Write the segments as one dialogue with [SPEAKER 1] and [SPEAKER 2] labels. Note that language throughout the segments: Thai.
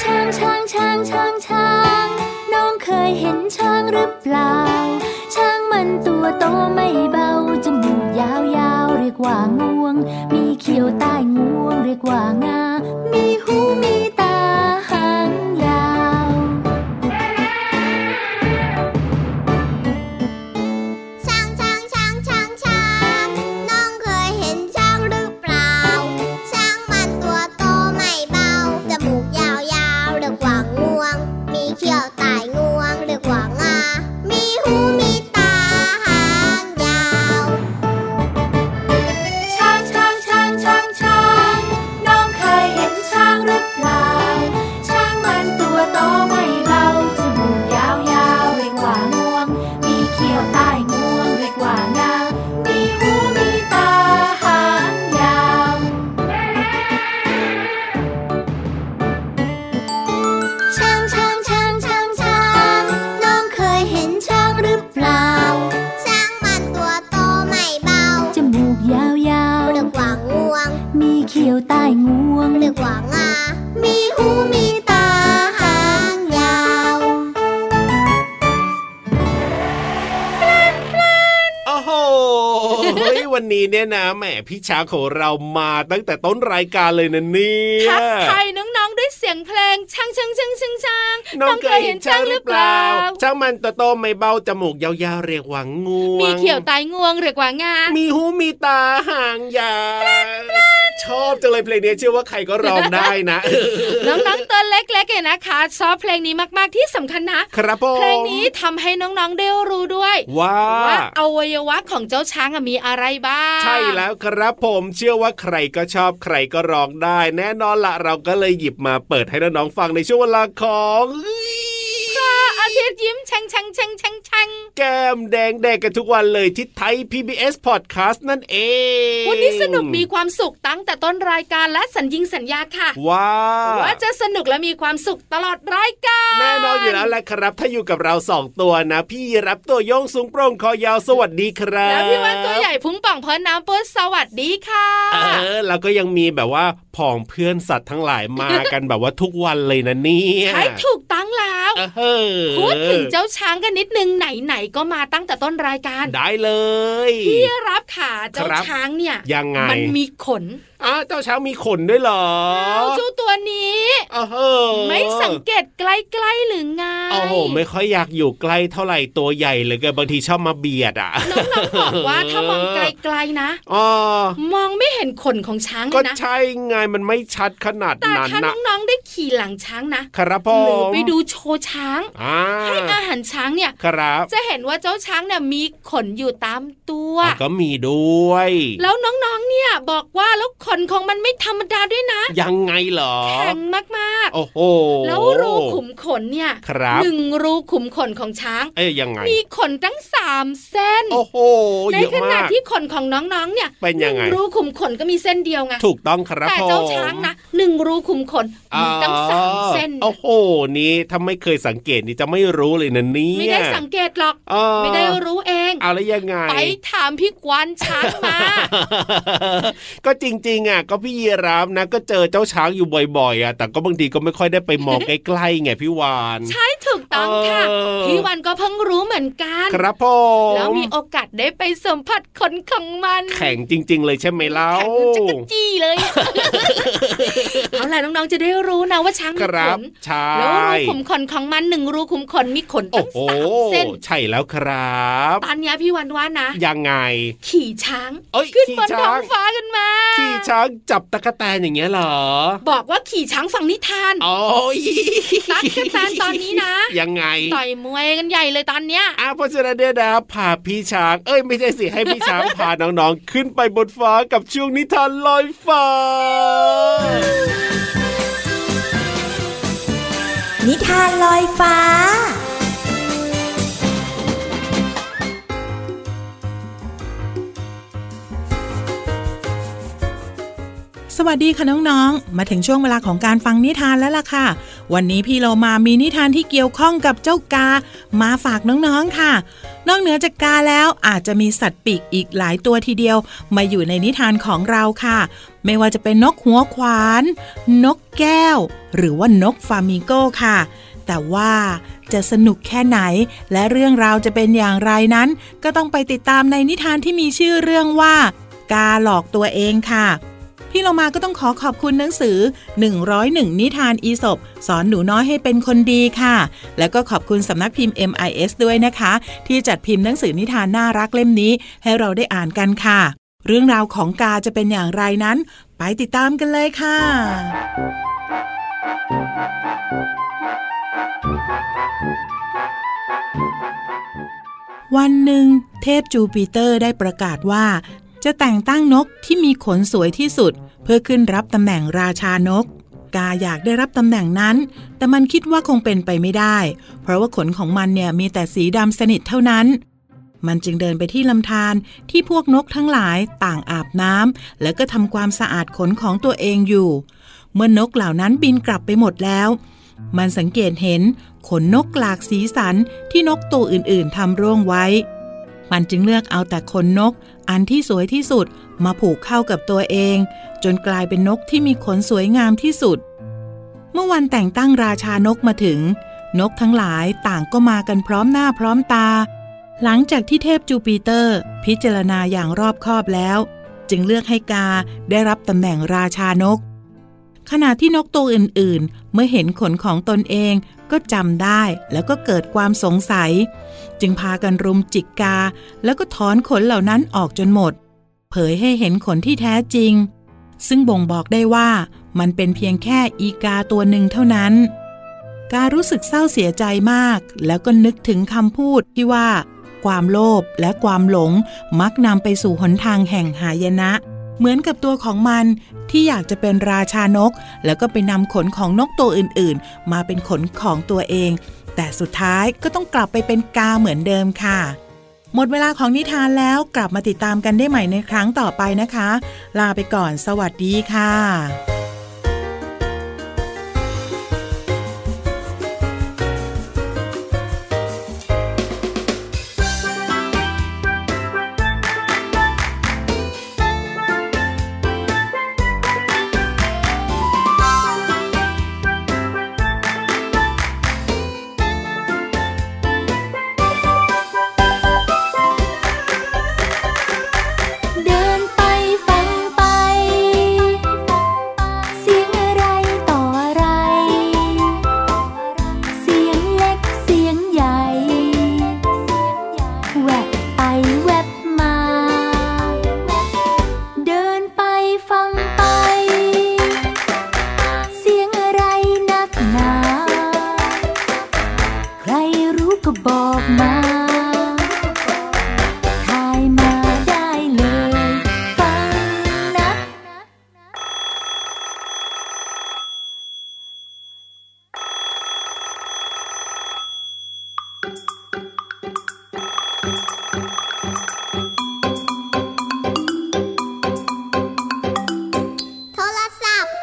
[SPEAKER 1] ช้างช้างช้างช้างช้าง น้องเคยเห็นช้างหรือเปล่า ช้างมันตัวโตไม่เบา จมูกยาวยาวๆเรียกว่างวง มีเขียวใต้งวงเรียกว่างา มีหูมีตาหางยาว
[SPEAKER 2] ช้างช้างช้างช้างช้างน้องเคยเห็นช้างหรือเปล่า ช้างมันตัวโตไม่เบาจมูกยาวยาวๆเรียกว่างวง มีเขี้ยวใตายงวงเรียกว่างา มีหูมีตาหางยาว
[SPEAKER 1] ช้างช้างช้างช้างช้าง น้องเคยเห็นช้างหรือเปล่า ช้างมันตัวโตไม่เบา จมูกยาวยาวๆเรียกว่างวง มีเขียวใต้งวงเรียกว่างา มีหูมีตาหางยาว ช้างช้างช้างช้างช้าง น้องเคยเห็นช้างหรือเปล่า
[SPEAKER 2] ช้างมันตัวโตไม่เบา
[SPEAKER 1] จมูกยาวยาว
[SPEAKER 2] เรียกว่างวง
[SPEAKER 1] ๆมีเขียวใต้งวง
[SPEAKER 2] เรียกว่างา มีหูมีตาหางยาว
[SPEAKER 3] โอ้โหเฮ้ยวันนี้เนี่ยนะแหมพี่ช้างของเรามาตั้งแต่ต้นรายการเลยนะเนี่ย
[SPEAKER 4] ทักทายน้องๆด้วยเสียงเพลงช่างช่างช่างช่างช่าง
[SPEAKER 3] น้องเคยเห็นช้างหรือเปล่า ช้างมันตัวโตไม่เบาจมูกยาวๆเรียกว่างงวง
[SPEAKER 4] มีเขียวตายงวงหรือว่างา
[SPEAKER 3] มีหูมีตาหางยาวชอบจังเลยเพลงนี้เชื่อว่าใครก็ร้องได้นะ
[SPEAKER 4] น้องๆตัวเล็กๆเนี่ยนะคะชอบเพลงนี้มากๆที่สำคัญนะครับ
[SPEAKER 3] ผม
[SPEAKER 4] เพลงนี้ทำให้น้องๆได้รู้ด้วย
[SPEAKER 3] ว้า
[SPEAKER 4] ว่าอวัยวะของเจ้าช้างอะมีอะไรบ้าง
[SPEAKER 3] ใช่แล้วครับผมเชื่อว่าใครก็ชอบใครก็ร้องได้ แน่นอนละเราก็เลยหยิบมาเปิดให้น้องๆฟังในช่วงเวลาของ
[SPEAKER 4] พระอาทิตย์ยิ้มช่างช่างช่างช่างช่าง
[SPEAKER 3] แก้มแดงแดงกันทุกวันเลยที่ไทย PBS Podcast นั่นเอง
[SPEAKER 4] วันนี้สนุกมีความสุขตั้งแต่ต้นรายการและสัญญิงสัญญาค่ะ
[SPEAKER 3] ว้า
[SPEAKER 4] ว่าจะสนุกและมีความสุขตลอดรายการ
[SPEAKER 3] แน่นอนอยู่แล้วแหละครับ ถ้าอยู่กับเราสองตัวนะ พี่รับตัวโยงสูงโปร่งคอยาวสวัสดีครับ
[SPEAKER 4] แล้วพี่วันตัวใหญ่พุงป่องพอน้ำปุ้นสวัสดีค่ะ
[SPEAKER 3] เออแล้วก็ยังมีแบบว่าผองเพื่อนสัตว์ทั้งหลายมากันแบบว่าทุกวันเลยนะเนี่ย
[SPEAKER 4] ใช่ถูกตั้งแล้ว
[SPEAKER 3] เออเออ
[SPEAKER 4] พูดถึงเจ้าช้างกันนิดนึงไหนๆก็มาตั้งแต่ต้นรายการ
[SPEAKER 3] ได้เลย
[SPEAKER 4] พี่รับขาเจ้า
[SPEAKER 3] ครับ
[SPEAKER 4] ช้างเนี่ย
[SPEAKER 3] ยังไง
[SPEAKER 4] มันมีขน
[SPEAKER 3] อ้าวเจ้าช้างมีขนด้วยเหรอ
[SPEAKER 4] เจ้าตัวนี้
[SPEAKER 3] เออเออ
[SPEAKER 4] ไม่สังเกตใกล้ๆหรือไง
[SPEAKER 3] โอ้โหไม่ค่อยอยากอยู่ใกล้เท่าไหร่ตัวใหญ่เหลยเกินบางทีชอบมาเบียดอ่ะ
[SPEAKER 4] น้องๆบอกว่าถ้ามองไกลๆนะ
[SPEAKER 3] อ๋อ
[SPEAKER 4] มองไม่เห็นขนของช้างเล
[SPEAKER 3] ก็
[SPEAKER 4] ยนะ
[SPEAKER 3] ใช่ไงมันไม่ชัดขนาด
[SPEAKER 4] แต่
[SPEAKER 3] นั้น
[SPEAKER 4] ถ้า
[SPEAKER 3] นะ
[SPEAKER 4] น้องๆได้ขี่หลังช้างนะครับ
[SPEAKER 3] ผ
[SPEAKER 4] หรือ
[SPEAKER 3] ม
[SPEAKER 4] ไปดูโชว์ช้าง
[SPEAKER 3] อ่า
[SPEAKER 4] ให้อาหารช้างเนี่ย
[SPEAKER 3] ครับ
[SPEAKER 4] จะเห็นว่าเจ้าช้างเนี่ยมีขนอยู่ตามตัว
[SPEAKER 3] อ่ะก็มีด้วย
[SPEAKER 4] แล้วน้องๆ เนี่ยบอกว่าแล้วขนของมันไม่ธรรมดาด้วยนะ
[SPEAKER 3] ยังไงเหรอ
[SPEAKER 4] แข็งมาก
[SPEAKER 3] โอ้โห
[SPEAKER 4] ๆ แล้วรูขุมขนเนี่ย
[SPEAKER 3] ครับ
[SPEAKER 4] หนึ่งรูขุมขนของช้าง
[SPEAKER 3] เอ้ยยังไง
[SPEAKER 4] มีขนทั้งสามเส้น
[SPEAKER 3] โอ้โห
[SPEAKER 4] ใน
[SPEAKER 3] เยอะ
[SPEAKER 4] ขณะ
[SPEAKER 3] มาก
[SPEAKER 4] ที่ขนของน้องๆ เนี่ย
[SPEAKER 3] เป็นยังไง
[SPEAKER 4] หรูขุมขนก็มีเส้นเดียวไง
[SPEAKER 3] ถูกต้องครับ
[SPEAKER 4] แต่เจ้าช้างนะหนึ่งรูขุมขน
[SPEAKER 3] ผม
[SPEAKER 4] มีตั้งสามเส้น
[SPEAKER 3] โอ้โห นี่ถ้าไม่เคยสังเกตนี่จะไม่รู้เลยนะเนี่ย
[SPEAKER 4] ไม่ได้สังเกตหรอก
[SPEAKER 3] เออ
[SPEAKER 4] ไม่ได้รู้เอง
[SPEAKER 3] เอาแล้วยังไง
[SPEAKER 4] ไปถามพี่กวานช้างมา
[SPEAKER 3] ก็จริงๆอ่ะ ก็พี่ยีราฟนะ ก็เจอเจ้าช้างอยู่บ่อยๆอ่ะ แต่ก็บางทีก็ไม่ค่อยได้ไปมอง ใกล้ๆไงพี่วาน
[SPEAKER 4] ใช่ถูกต้องค่ะ
[SPEAKER 3] เออ
[SPEAKER 4] พี่วันก็เพิ่งรู้เหมือนกัน
[SPEAKER 3] ครับผม
[SPEAKER 4] แล้วมีโอกาสได้ไปสัมผัสขนของมัน
[SPEAKER 3] แข็งจริง ๆ เลยใช่ไหมเล่า
[SPEAKER 4] แข็งจักรจี้เลย อะ เอาล่ะน้องๆจะได้รู้นะว่าช้าง
[SPEAKER 3] ค
[SPEAKER 4] มีข
[SPEAKER 3] รับ
[SPEAKER 4] น
[SPEAKER 3] ใช่
[SPEAKER 4] แล้วรูขุมขนของมันหนึ่งรูขุมขนมีขน
[SPEAKER 3] โอ้
[SPEAKER 4] ตั้ง
[SPEAKER 3] โห
[SPEAKER 4] สามเส้น
[SPEAKER 3] ใช่แล้วครับ
[SPEAKER 4] ตอนเนี้ยพี่วันว่านะ
[SPEAKER 3] ยังไง
[SPEAKER 4] ขี่ช้าง
[SPEAKER 3] เอ้ย
[SPEAKER 4] ขึ้น
[SPEAKER 3] ขี่
[SPEAKER 4] บน
[SPEAKER 3] ช้าง
[SPEAKER 4] ท้องฟ้ากันมา
[SPEAKER 3] ขี่ช้างจับตะกแตนอย่างเงี้ยเหรอ
[SPEAKER 4] บอกว่าขี่ช้างฟังนิทาน
[SPEAKER 3] โอ้ย
[SPEAKER 4] ตักกะแตนตอนนี้ นะ
[SPEAKER 3] ยังไง
[SPEAKER 4] ต่อยมวยกันใหญ่เลยตอนเนี้ย
[SPEAKER 3] อาเพราะฉะนั้นเนี่ยนะพาพี่ช้าง เอ้ยไม่ใช่สิให้พี่ช้าง พาน้องๆ ขึ้นไปบนฟ้ากับช่วงนิทานลอยฟ้า
[SPEAKER 5] นิทานลอยฟ้า
[SPEAKER 6] สวัสดีค่ะน้องๆ มาถึงช่วงเวลาของการฟังนิทานแล้วล่ะค่ะ วันนี้พี่เรามามีนิทานที่เกี่ยวข้องกับเจ้ากา มาฝากน้องๆค่ะ นอกเหนือจากกาแล้วอาจจะมีสัตว์ปีกอีกหลายตัวทีเดียว มาอยู่ในนิทานของเราค่ะ ไม่ว่าจะเป็นนกหัวขวาน นกแก้ว หรือว่านกฟามิงโก้ค่ะ แต่ว่าจะสนุกแค่ไหน และเรื่องราวจะเป็นอย่างไรนั้น ก็ต้องไปติดตามในนิทานที่มีชื่อเรื่องว่า กาหลอกตัวเองค่ะ พี่เรามาก็ต้องขอขอบคุณหนังสือ 101 นิทานอีสบสอนหนูน้อยให้เป็นคนดีค่ะ แล้วก็ขอบคุณสำนักพิมพ์ MIS ด้วยนะคะ ที่จัดพิมพ์หนังสือนิทานน่ารักเล่มนี้ ให้เราได้อ่านกันค่ะ เรื่องราวของกาจะเป็นอย่างไรนั้น ไปติดตามกันเลยค่ะ วันหนึ่ง เทพจูปิเตอร์ได้ประกาศว่า จะแต่งตั้งนกที่มีขนสวยที่สุด เพื่อขึ้นรับตำแหน่งราชานก กาอยากได้รับตำแหน่งนั้น แต่มันคิดว่าคงเป็นไปไม่ได้ เพราะว่าขนของมันเนี่ยมีแต่สีดำสนิทเท่านั้น มันจึงเดินไปที่ลำธารที่พวกนกทั้งหลายต่างอาบน้ำแล้วก็ทำความสะอาดขนของตัวเองอยู่ เมื่อนกเหล่านั้นบินกลับไปหมดแล้ว มันสังเกตเห็นขนนกหลากสีสันที่นกตัวอื่นๆทำร่วงไว้ มันจึงเลือกเอาแต่ขนนก อันที่สวยที่สุดมาผูกเข้ากับตัวเอง จนกลายเป็นนกที่มีขนสวยงามที่สุด เมื่อวันแต่งตั้งราชานกมาถึง นกทั้งหลายต่างก็มากันพร้อมหน้าพร้อมตา หลังจากที่เทพจูปิเตอร์ พิจารณาอย่างรอบคอบแล้ว จึงเลือกให้กาได้รับตำแหน่งราชานก ขณะที่นกตัวอื่นๆ เมื่อเห็นขนของตนเองก็จำได้แล้วก็เกิดความสงสัย จึงพากันรุมจิกกา แล้วก็ถอนขนเหล่านั้นออกจนหมด เผยให้เห็นขนที่แท้จริง ซึ่งบ่งบอกได้ว่ามันเป็นเพียงแค่อีกาตัวหนึ่งเท่านั้น การู้สึกเศร้าเสียใจมาก แล้วก็นึกถึงคำพูดที่ว่า ความโลภและความหลงมักนำไปสู่หนทางแห่งหายนะ เหมือนกับตัวของมันที่อยากจะเป็นราชานก แล้วก็ไปนำขนของนกตัวอื่นๆ มาเป็นขนของตัวเอง แต่สุดท้ายก็ต้องกลับไปเป็นกาเหมือนเดิมค่ะ หมดเวลาของนิทานแล้วกลับมาติดตามกันได้ใหม่ในครั้งต่อไปนะคะ ลาไปก่อนสวัสดีค่ะ
[SPEAKER 1] เดินไปฟังไป เสียงอะไรต่ออะไร เสียงเล็กเสียงใหญ่ แวบไปแวบมา เดินไปฟังไป เสียงอะไรนักหนา ใครรู้ก็บอกมา ทายมาได้เลย ฟังนะ
[SPEAKER 2] โทรศัพท์
[SPEAKER 1] เ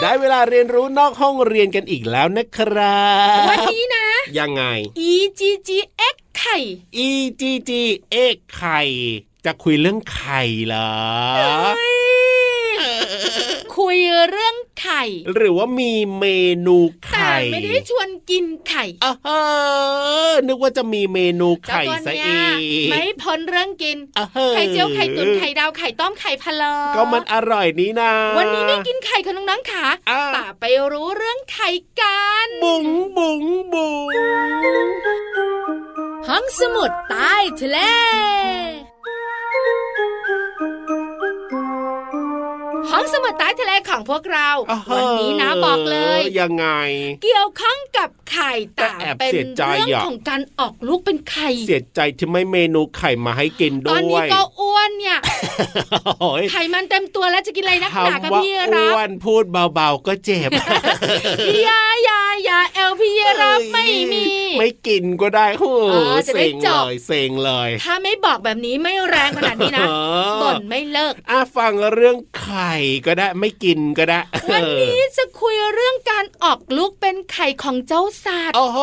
[SPEAKER 3] ได้เวลาเรียนรู้นอกห้องเรียนกันอีกแล้วนะครั
[SPEAKER 4] วัน
[SPEAKER 3] บ
[SPEAKER 4] นี้นะ
[SPEAKER 3] ยังไง
[SPEAKER 4] e g g x ไข่
[SPEAKER 3] e g g a ไข่จะคุยเรื่องไข่เหรอ
[SPEAKER 4] คุยเรื่องไข่
[SPEAKER 3] หรือว่ามีเมนูไข่
[SPEAKER 4] แต่ไม่ได้ชวนกินไข่
[SPEAKER 3] อ่าฮะนึกว่าจะมีเมนูไข่
[SPEAKER 4] แล้วต
[SPEAKER 3] ซะ
[SPEAKER 4] อน
[SPEAKER 3] เอ
[SPEAKER 4] เนี้ย
[SPEAKER 3] ง
[SPEAKER 4] ไม่พ้นเรื่องกิน
[SPEAKER 3] อ่าฮะ
[SPEAKER 4] ไข่เจียวไข่ตุ๋นไข่ดาวไข่ต้มไข่พะโล้
[SPEAKER 3] ก็มันอร่อยนี้นะ
[SPEAKER 4] วันนี้ไม่กินไข่ค่ะน้องๆค่ะ
[SPEAKER 3] อ่า
[SPEAKER 4] แต่ไปรู้เรื่องไข่กัน
[SPEAKER 3] บุ๋งบุ๋งบุ๋ง
[SPEAKER 4] ห้องสมุดใต้ทะเล ห้องสมุดใต้ทะเลของพวกเรา
[SPEAKER 3] อ่าฮะ
[SPEAKER 4] วันี้นะบอกเลย
[SPEAKER 3] ยังไง
[SPEAKER 4] เกี่ยวข้องกับไข่
[SPEAKER 3] แต่แอบ
[SPEAKER 4] เป็น
[SPEAKER 3] เสียใจ
[SPEAKER 4] เรื่อง
[SPEAKER 3] อ่ะ
[SPEAKER 4] ของการออกลูกเป็นไข่
[SPEAKER 3] เสียใจที่ไม่เมนูไข่มาให้กิน
[SPEAKER 4] ต
[SPEAKER 3] ด้วย
[SPEAKER 4] อนนี้ก็อ้วนเนี่ย
[SPEAKER 3] โอ้ย
[SPEAKER 4] ไขมันเต็มตัวแล้วจะกินอะไรนักหนากับ
[SPEAKER 3] ว่า
[SPEAKER 4] พี่
[SPEAKER 3] อ้
[SPEAKER 4] รับ
[SPEAKER 3] วนพูดเบาๆก็เจ็บ
[SPEAKER 4] พี่ยายายาเอล พี่รับไม่มี
[SPEAKER 3] ไม่กินก็ได้โอ้
[SPEAKER 4] เออจะได้
[SPEAKER 3] เซ็ง
[SPEAKER 4] จ
[SPEAKER 3] เล
[SPEAKER 4] บ
[SPEAKER 3] ยเซ็งเลย
[SPEAKER 4] ถ้าไม่บอกแบบนี้ไม่แรงขนาดนี้นะ
[SPEAKER 3] เออ
[SPEAKER 4] บ่นไม่เลิก
[SPEAKER 3] อ่ะฟังเรื่องไข่ก็ได้ไม่กินก็ได้
[SPEAKER 4] วันนี้จะคุยเรื่องการออกลูกเป็นไข่ของเจ้าสัตว์
[SPEAKER 3] โอ้โห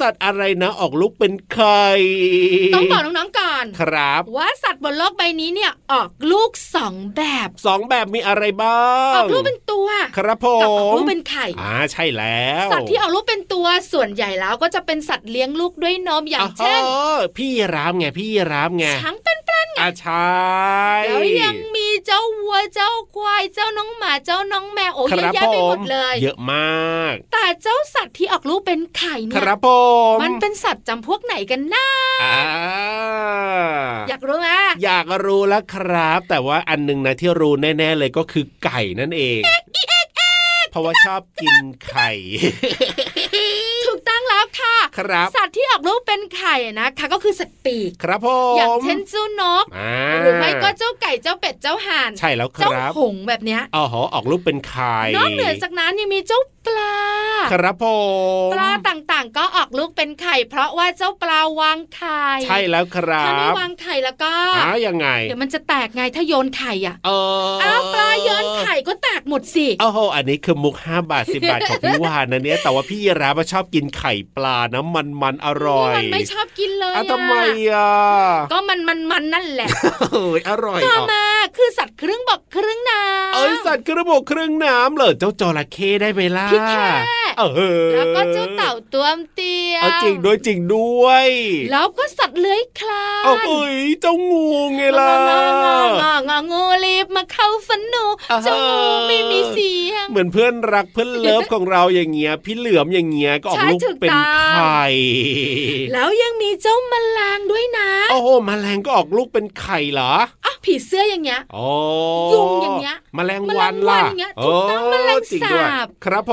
[SPEAKER 3] สัตว์อะไรนะออกลูกเป็นไข่
[SPEAKER 4] ต้องบอกน้องๆก่อน
[SPEAKER 3] ครับ
[SPEAKER 4] ว่าสัตว์บนโลกใบนี้เนี่ยออกลูกสองแบบ
[SPEAKER 3] สองแบบมีอะไรบ้า
[SPEAKER 4] อง อกลูกเป็นตัว
[SPEAKER 3] ครับผ
[SPEAKER 4] กับออก
[SPEAKER 3] ม
[SPEAKER 4] ลูกเป็นไข่
[SPEAKER 3] อ่าใช่แล้ว
[SPEAKER 4] สัตว์ที่ออกลูกเป็นตัวส่วนใหญ่แล้วก็จะเป็นสัตว์เลี้ยงลูกด้วยนมอย่างเช่น
[SPEAKER 3] อ๋อพี่ยีรามไงพี่ยีรามไง
[SPEAKER 4] ช้างเป็นปลา
[SPEAKER 3] อาใช่
[SPEAKER 4] แล้วยังมีเจ้าวัวเจ้าควายเจ้าน้องหมาเจ้าน้องแมวโอ้ย
[SPEAKER 3] ค
[SPEAKER 4] เย
[SPEAKER 3] รั
[SPEAKER 4] อะ
[SPEAKER 3] บ
[SPEAKER 4] แยะ
[SPEAKER 3] ผ
[SPEAKER 4] ไปหม
[SPEAKER 3] ม
[SPEAKER 4] ดเลย
[SPEAKER 3] เยอะมาก
[SPEAKER 4] แต่เจ้าสัตว์ที่ออกลูกเป็นไข่
[SPEAKER 3] ค
[SPEAKER 4] เนี่ย
[SPEAKER 3] รับผม
[SPEAKER 4] มันเป็นสัตว์จำพวกไหนกันนะ
[SPEAKER 3] อ่า
[SPEAKER 4] อยากรู้ไหม
[SPEAKER 3] อยากรู้แล้วครับ แต่ว่าอันหนึงนะที่รู้แน่ ๆ เลยก็คือไก่นั่นเอง เพราะว่าชอบกินไข่
[SPEAKER 4] ถูกต้องแล้วค่ะ
[SPEAKER 3] ครับ
[SPEAKER 4] สัตว์ที่ออกลูกเป็นไข่นะคะก็คือสัตว์ปีก
[SPEAKER 3] ครับผ
[SPEAKER 4] อย่าง
[SPEAKER 3] ม
[SPEAKER 4] เช่นเจ้านก
[SPEAKER 3] อ่า
[SPEAKER 4] หรือไม่ก็เจ้าไก่เจ้าเป็ดเจ้าห่าน
[SPEAKER 3] ใช่แล้วค
[SPEAKER 4] เจ้า
[SPEAKER 3] รับ
[SPEAKER 4] หงส์แบบเนี้ย
[SPEAKER 3] อ๋อหอออกรูปเป็นไข่
[SPEAKER 4] นอกเหนือจากนั้นยังมีเจ้าปลา
[SPEAKER 3] ครับผม
[SPEAKER 4] ปลาต่างๆ ก็ออกลูกเป็นไข่ เพราะว่าเจ้าปลาวางไข่
[SPEAKER 3] ใช่แล้วครั
[SPEAKER 4] ถ้าไม่
[SPEAKER 3] บ
[SPEAKER 4] วางไข่แล้วก็
[SPEAKER 3] อ่ายังไง
[SPEAKER 4] เดี๋ยวมันจะแตกไงถ้าโยนไข่อ่ะ
[SPEAKER 3] เออ
[SPEAKER 4] อ้าวปลาโยนไข่ก็แตกหมดสิ
[SPEAKER 3] โอ้โห อันนี้คือมุก 5 บาท 10 บาทของพี่วานนะเนี่ย แต่ว่าพี่ยีราฟอะชอบกินไข่ปลานะมันมันๆอร่อย
[SPEAKER 4] มันไม่ชอบกินเลย
[SPEAKER 3] อ้าวทำไมอ่ะ
[SPEAKER 4] ก็มันมันมันนั่นแหละ
[SPEAKER 3] เอ้ยอร่อย
[SPEAKER 4] ต่อ
[SPEAKER 3] อ่ะ
[SPEAKER 4] มาคือสัตว์ครึ่งบกครึ่งน้ำ
[SPEAKER 3] เอ้ยสัตว์กระบกครึ่งน้ำเหรอเจ้าจระเข้ได้ไหมล่ะ
[SPEAKER 4] พี่แค่
[SPEAKER 3] เออ
[SPEAKER 4] แล้วก็เจ้าเต่าตัวเตีย
[SPEAKER 3] เอาจริงด้วยจริงด้วย
[SPEAKER 4] แล้วก็สัตว์เลื้อยคลาน
[SPEAKER 3] เอ้าเอ้ยเจ้างูไง
[SPEAKER 4] ง
[SPEAKER 3] ล่ะ
[SPEAKER 4] ององององงูรีบมาเข้าฝันหนู
[SPEAKER 3] อ่าฮะ
[SPEAKER 4] เจ้างูไม่มีเสียง
[SPEAKER 3] เหมือนเพื่อนรักเพื่อนเลิฟของเราอย่างเงี้ย พี่เหลือมอย่างเงี้ยก็ออกลูก
[SPEAKER 4] ใช่ถูก
[SPEAKER 3] เป็น
[SPEAKER 4] ต้อง
[SPEAKER 3] ไข่
[SPEAKER 4] แล้วยังมีเจ้าแมลงด้วยนะ
[SPEAKER 3] โอ้โหแมลงก็ออกลูกเป็นไข่เหรอ
[SPEAKER 4] อ่ะผีเสื้ออย่างเงี้ย
[SPEAKER 3] โอ้
[SPEAKER 4] ยุงอย่างเงี้ย
[SPEAKER 3] แมลงวันล่ะ
[SPEAKER 4] แมลงวันอย่างเงี้ยถูกต้องแมลง
[SPEAKER 3] โจริด้วย
[SPEAKER 4] สาบ
[SPEAKER 3] ครับผ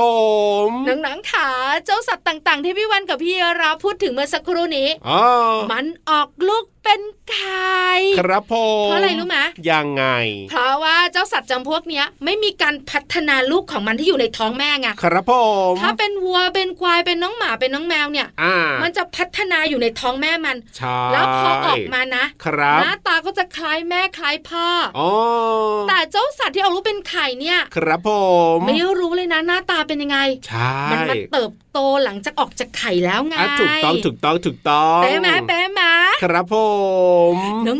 [SPEAKER 3] ม
[SPEAKER 4] หนังๆขาเจ้าสัตว์ต่าง ๆ ที่พี่วันกับพี่เราพูดถึงเมื่อสักครู่นี้
[SPEAKER 3] อ๋อ
[SPEAKER 4] มันออกลูกเป็นไข่
[SPEAKER 3] ครับผม
[SPEAKER 4] เพราะอะไรรู้ไหม
[SPEAKER 3] ยังไง
[SPEAKER 4] เพราะว่าเจ้าสัตว์จำพวกเนี้ยไม่มีการพัฒนาลูกของมันที่อยู่ในท้องแม่ไง
[SPEAKER 3] ครับผม
[SPEAKER 4] ถ้าเป็นวัวเป็นควายเป็นน้องหมาเป็นน้องแมวเนี่ย
[SPEAKER 3] อ่า
[SPEAKER 4] มันจะพัฒนาอยู่ในท้องแม่มัน
[SPEAKER 3] ใช่
[SPEAKER 4] แล้วพอออกมานะครับ หน้าตาก็จะคล้ายแม่คล้ายพ่ออ
[SPEAKER 3] อ๋อ
[SPEAKER 4] แต่เจ้าสัตว์ที่เอารู้เป็นไข่เนี่ย
[SPEAKER 3] ครับผม
[SPEAKER 4] ไม่รู้เลยนะหน้าตาเป็นยังไง
[SPEAKER 3] ใช่
[SPEAKER 4] มัมาเติบโตหลังจากออกจากไข่แล้วไง
[SPEAKER 3] อ่ะถูกต้องถูกต้องถูกต้อง
[SPEAKER 4] เป๊ะไหมเป๊ะไหม
[SPEAKER 3] ครับผม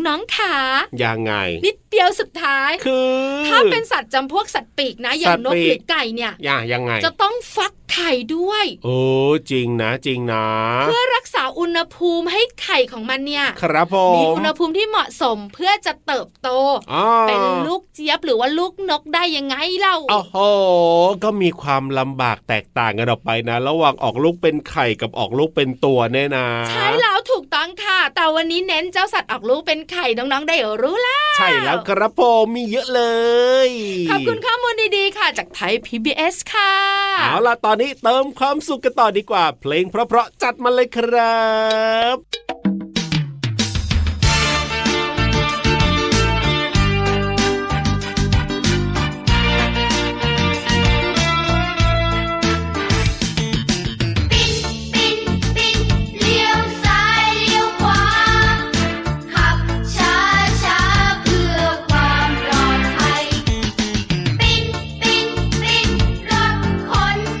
[SPEAKER 4] น้องๆขา
[SPEAKER 3] ยังไง
[SPEAKER 4] นิดเดียวสุดท้าย
[SPEAKER 3] คือ
[SPEAKER 4] ถ้าเป็นสัตว์จำพวกสัตว์ปีกนะ อย่างน
[SPEAKER 3] สั
[SPEAKER 4] ก
[SPEAKER 3] ตว์ปีก
[SPEAKER 4] หรือไก่เนี่ย
[SPEAKER 3] ย่ายังไง
[SPEAKER 4] จะต้องฟักไข่ด้วย
[SPEAKER 3] โอ้จริงนะจริงนะ
[SPEAKER 4] เพื่อรักษาอุณหภูมิให้ไข่ของมันเนี่ย
[SPEAKER 3] ครับผ
[SPEAKER 4] มี
[SPEAKER 3] ม
[SPEAKER 4] อุณหภูมิที่เหมาะสมเพื่อจะเติบโต
[SPEAKER 3] อ่า
[SPEAKER 4] เป็นลูกเจี๊ยบหรือว่าลูกนกได้ยังไงเล่า
[SPEAKER 3] โอ้โห ก็มีความลำบากแตกต่างกันออกไปนะ ระหว่างออกลูกเป็นไข่กับออกลูกเป็นตัวแน่ยนะ
[SPEAKER 4] ใช่แล้วถูกต้องค่ะ แต่วันนี้เน้นเจ้าสัตว์ออกลูกเป็นไข่น้องๆได้รู้แล้ว
[SPEAKER 3] ใช่แล้วครับผมมีเยอะเลย
[SPEAKER 4] ขอบคุณข้อมูลดีๆค่ะ จากไทย PBS ค่ะ
[SPEAKER 3] เอาล่ะตอนนี้เติมความสุขกันต่อดีกว่า เพลงเพราะๆจัดมาเลยครับ
[SPEAKER 2] ปิ้นปิ้นปิ้นเลี้ยวซ้ายเลี้ยวขวา ขับช้าช้าเพื่อความปลอดภัย ปิ้นปิ้นปิ้นร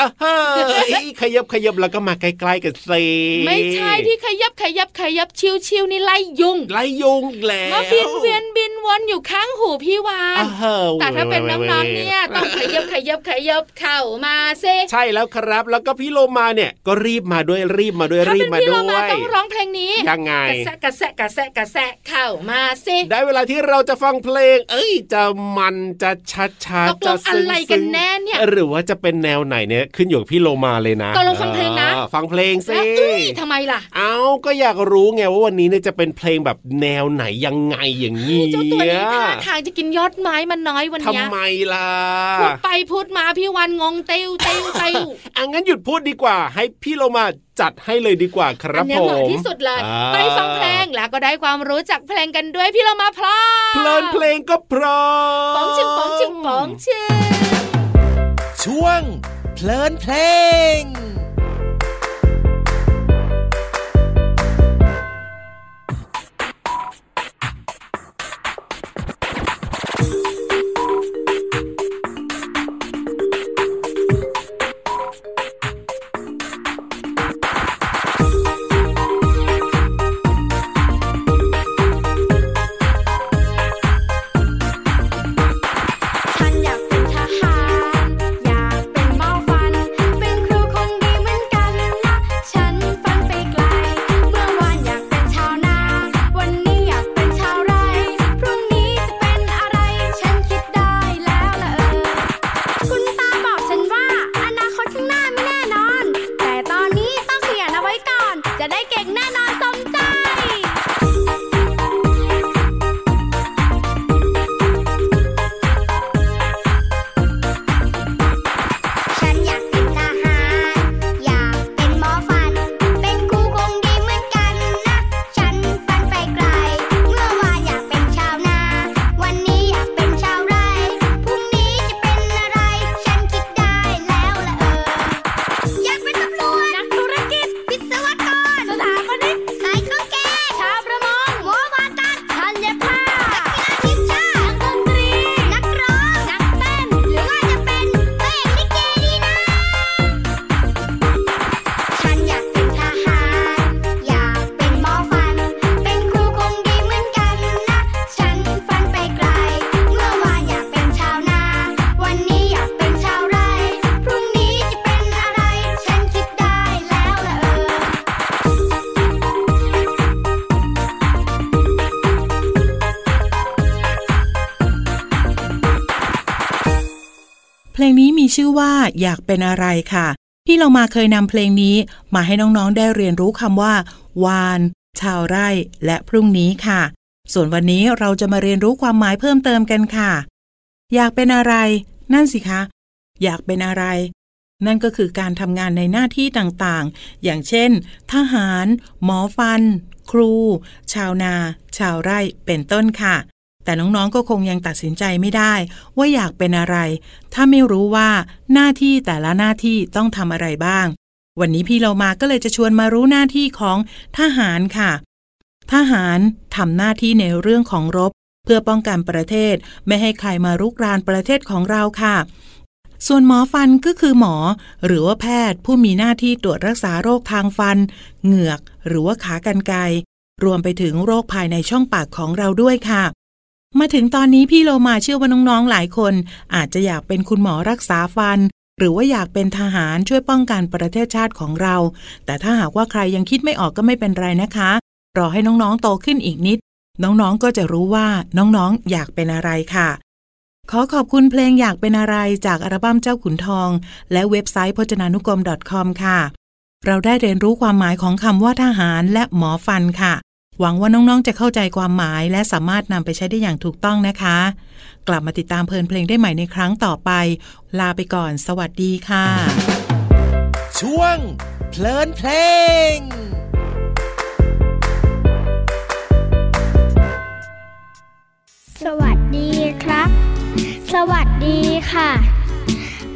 [SPEAKER 3] อ้าวเฮ้ยขยับขยับแล้วก็มาใกล้ๆกันสิ
[SPEAKER 4] ไม่ใช่ที่ขยับขยับขยับชิวชิวๆนี่ไล่ยุง
[SPEAKER 3] ไล่ยุงอีกแล้ว
[SPEAKER 4] มาบินเวียนบินวนอยู่ข้างหูพี่วาน
[SPEAKER 3] อ้าว
[SPEAKER 4] แต่ถ้าเป็นน้องๆเนี่ยต้องขยับขยับขยับเข้ามาเซ
[SPEAKER 3] ใช่แล้วครับ แล้วก็พี่โลมาเนี่ยก็รีบมาด้วยรีบมาด้วย
[SPEAKER 4] ถ้า
[SPEAKER 3] รี
[SPEAKER 4] เป็
[SPEAKER 3] บ
[SPEAKER 4] น
[SPEAKER 3] มา
[SPEAKER 4] พี่
[SPEAKER 3] ด้
[SPEAKER 4] โล
[SPEAKER 3] วย
[SPEAKER 4] มาต้องร้องเพลงนี้
[SPEAKER 3] ยังไง
[SPEAKER 4] กระแซะกระแซะกระแซะกระแซะเข้ามาเซ
[SPEAKER 3] ได้เวลาที่เราจะฟังเพลง เอ้ย จะมันจะชัดชัด
[SPEAKER 4] ตกลง
[SPEAKER 3] จะซึ้ง
[SPEAKER 4] อะไรกันแน่เนี่ย
[SPEAKER 3] หรือว่าจะเป็นแนวไหนเนี่ยขึ้นอยู่กับพี่โลมาเลยนะ
[SPEAKER 4] ตกลงฟังเพลงนะ
[SPEAKER 3] ออฟังเพลงสิ
[SPEAKER 4] แล้วเอ้ยทำไมล่ะ
[SPEAKER 3] เอาก็อยากรู้ไงว่าวันนี้เนี่ยจะเป็นเพลงแบบแนวไหนยังไงอย่างนี้
[SPEAKER 4] เจ้าตัวนี้ท่าทางจะกินยอดไม้มันน้อยวัน
[SPEAKER 3] ทำ
[SPEAKER 4] เนี้ย
[SPEAKER 3] ไมล่ะ
[SPEAKER 4] พูดไปพูดมาพี่วันงงเติ้วเติ้วเติ้ว
[SPEAKER 3] อ่ะงั้นหยุดพูดดีกว่า ให้พี่โลมาจัดให้เลยดีกว่าครั
[SPEAKER 4] อั
[SPEAKER 3] บ
[SPEAKER 4] นเนี้ย
[SPEAKER 3] ผ
[SPEAKER 4] เหมาะ
[SPEAKER 3] ม
[SPEAKER 4] ที่สุดเลย
[SPEAKER 3] อ่า
[SPEAKER 4] ไปฟังเพลงแล้วก็ได้ความรู้จากเพลงกันด้วยพี่เรามาพร้อม
[SPEAKER 3] เพลินเพลงก็พร้อม
[SPEAKER 4] ป๋องชิงป๋องชิงป๋องชิง
[SPEAKER 5] ช่วงเพลินเพลง
[SPEAKER 2] ฉันอยากเป็นทหาร อยากเป็นหมอฟัน เป็นครูคงดีเหมือนกันนะ ฉันฟันไปไกล เมื่อวานอยากเป็นชาวนา วันนี้อยากเป็นชาวไร่ พรุ่งนี้จะเป็นอะไร ฉันคิดได้แล้วละเออ คุณตาบอกฉันว่า อนาคตข้างหน้าไม่แน่นอน แต่ตอนนี้ต้องเขียนเอาไว้ก่อน จะได้เก่งแน่นอนสมใจ ฉันอยากเป็นทหาร อยากเป็นหมอฟัน เป็นครูคงดีเหมือนกันนะ ฉันฝันไปไกล เมื่อวานอยากเป็นชาวนา วันนี้อยากเป็นชาวไร่ พรุ่งนี้จะเป็นอะไร ฉันคิดได้แล้วละเออ อยากเป็นตำรวจ นักธุรกิจ วิศวกร สถาปนิกขายเครื่องแกงชาวประมงหมอวาตัดทันยภาพนักกีฬาทีมชาติ นักดนตรี นักร้อง นักเต้น หรือว่าจะเป็นพระเอกลิเกดีนะ ฉันอยากเป็นทหาร อยากเป็นหมอฟัน เป็นครูคงดีเหมือนกันนะ ฉันฝันไปไกล เมื่อวานอยากเป็นชาวนา วันนี้อยากเป็นชาวไร่ พรุ่งนี้จะเป็นอะไร ฉันคิดได้แล้วละเออ
[SPEAKER 6] เพลงนี้มีชื่อว่าอยากเป็นอะไรค่ะ พี่เรามาเคยนำเพลงนี้มาให้น้องๆได้เรียนรู้คำว่า วาน ชาวไร่ และพรุ่งนี้ค่ะ ส่วนวันนี้เราจะมาเรียนรู้ความหมายเพิ่มเติมกันค่ะ อยากเป็นอะไร นั่นสิคะ อยากเป็นอะไร นั่นก็คือการทำงานในหน้าที่ต่างๆ อย่างเช่น ทหาร หมอฟัน ครู ชาวนา ชาวไร่ เป็นต้นค่ะ แต่น้องๆ ก็คงยังตัดสินใจไม่ได้ ว่าอยากเป็นอะไร ถ้าไม่รู้ว่าหน้าที่แต่ละหน้าที่ต้องทำอะไรบ้าง วันนี้พี่เรามาก็เลยจะชวนมารู้หน้าที่ของทหารค่ะ ทหารทำหน้าที่ในเรื่องของรบ เพื่อป้องกันประเทศ ไม่ให้ใครมารุกรานประเทศของเราค่ะ ส่วนหมอฟันก็คือหมอ หรือว่าแพทย์ผู้มีหน้าที่ตรวจรักษาโรคทางฟัน เหงือก หรือว่าขากรรไกรรวมไปถึงโรคภายในช่องปากของเราด้วยค่ะ มาถึงตอนนี้พี่โลมาเชื่อว่าน้องๆหลายคน อาจจะอยากเป็นคุณหมอรักษาฟัน หรือว่าอยากเป็นทหารช่วยป้องกันประเทศชาติของเรา แต่ถ้าหากว่าใครยังคิดไม่ออกก็ไม่เป็นไรนะคะ รอให้น้องๆโตขึ้นอีกนิด น้องๆก็จะรู้ว่าน้องๆอยากเป็นอะไรค่ะ ขอขอบคุณเพลงอยากเป็นอะไรจากอัลบั้มเจ้าขุนทอง และเว็บไซต์พจนานุกรม .com ค่ะ เราได้เรียนรู้ความหมายของคำว่าทหารและหมอฟันค่ะ หวังว่าน้องๆ จะเข้าใจความหมายและสามารถนำไปใช้ได้อย่างถูกต้องนะคะ กลับมาติดตามเพลินเพลงได้ใหม่ในครั้งต่อไป ลาไปก่อน สวัสดีค่ะ
[SPEAKER 5] ช่วงเพลินเพลง
[SPEAKER 2] สวัสดีครับ สวัสดีค่ะ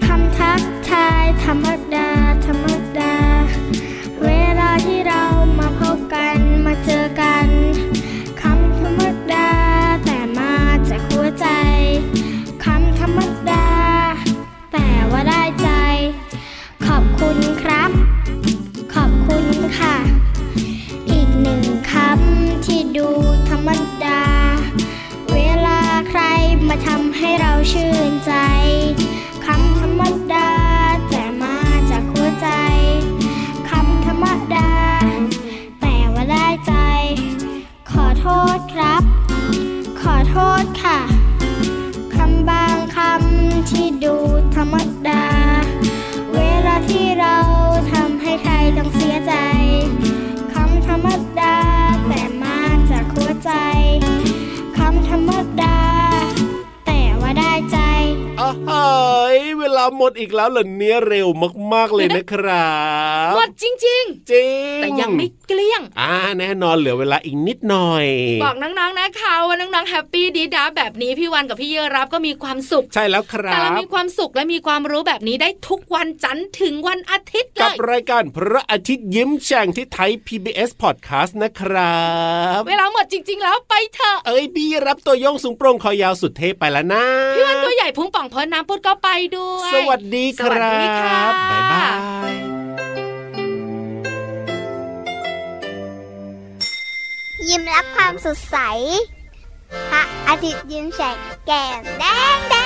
[SPEAKER 2] คำทักทายธรรมดา ธรรมดา เวลาที่เรามาพบกันมาเจอกัน คำธรรมดา แต่มาจากหัวใจ คำธรรมดา แต่ว่าได้ใจ ค
[SPEAKER 3] หมดอีกแล้วเหรอเนี่ยเร็วมากๆเลยนะครับ
[SPEAKER 4] หมดจริง
[SPEAKER 3] จริง
[SPEAKER 4] ๆ แต่ยังไม่เกลี้ยง
[SPEAKER 3] อ่าแน่นอนเหลือเวลาอีกนิดหน่อย
[SPEAKER 4] บอกน้องๆนะคะว่าน้องๆแฮปปี้ดีด้าแบบนี้พี่วันกับพี่เยรับก็มีความสุข
[SPEAKER 3] ใช่แล้วครั
[SPEAKER 4] แต่เรา
[SPEAKER 3] บ
[SPEAKER 4] มีความสุขและมีความรู้แบบนี้ได้ทุกวันจันทร์ถึงวันอาทิตย์เล
[SPEAKER 3] กับ
[SPEAKER 4] ย
[SPEAKER 3] รายการพระอาทิตย์ยิ้มแฉ่งที่ไทย PBS Podcast นะครับ
[SPEAKER 4] เวลาหมดจริง ๆ แล้วไปเถอะ
[SPEAKER 3] เอ้ยพี่รับตัวโยงสูงโปร่งคอยาวสุดเทพไปแล้วนะ
[SPEAKER 4] พี่วันตัวใหญ่พุงป่องพอน้ำพุดก็ไปด้วย
[SPEAKER 3] สวัสดีค
[SPEAKER 4] สวั
[SPEAKER 3] รั
[SPEAKER 4] สดีค่ะ
[SPEAKER 3] บ บ๊ายบาย
[SPEAKER 2] ยิ้มรับความสดใส พระอาทิตย์ยิ้มแฉกแก้มแดงแดง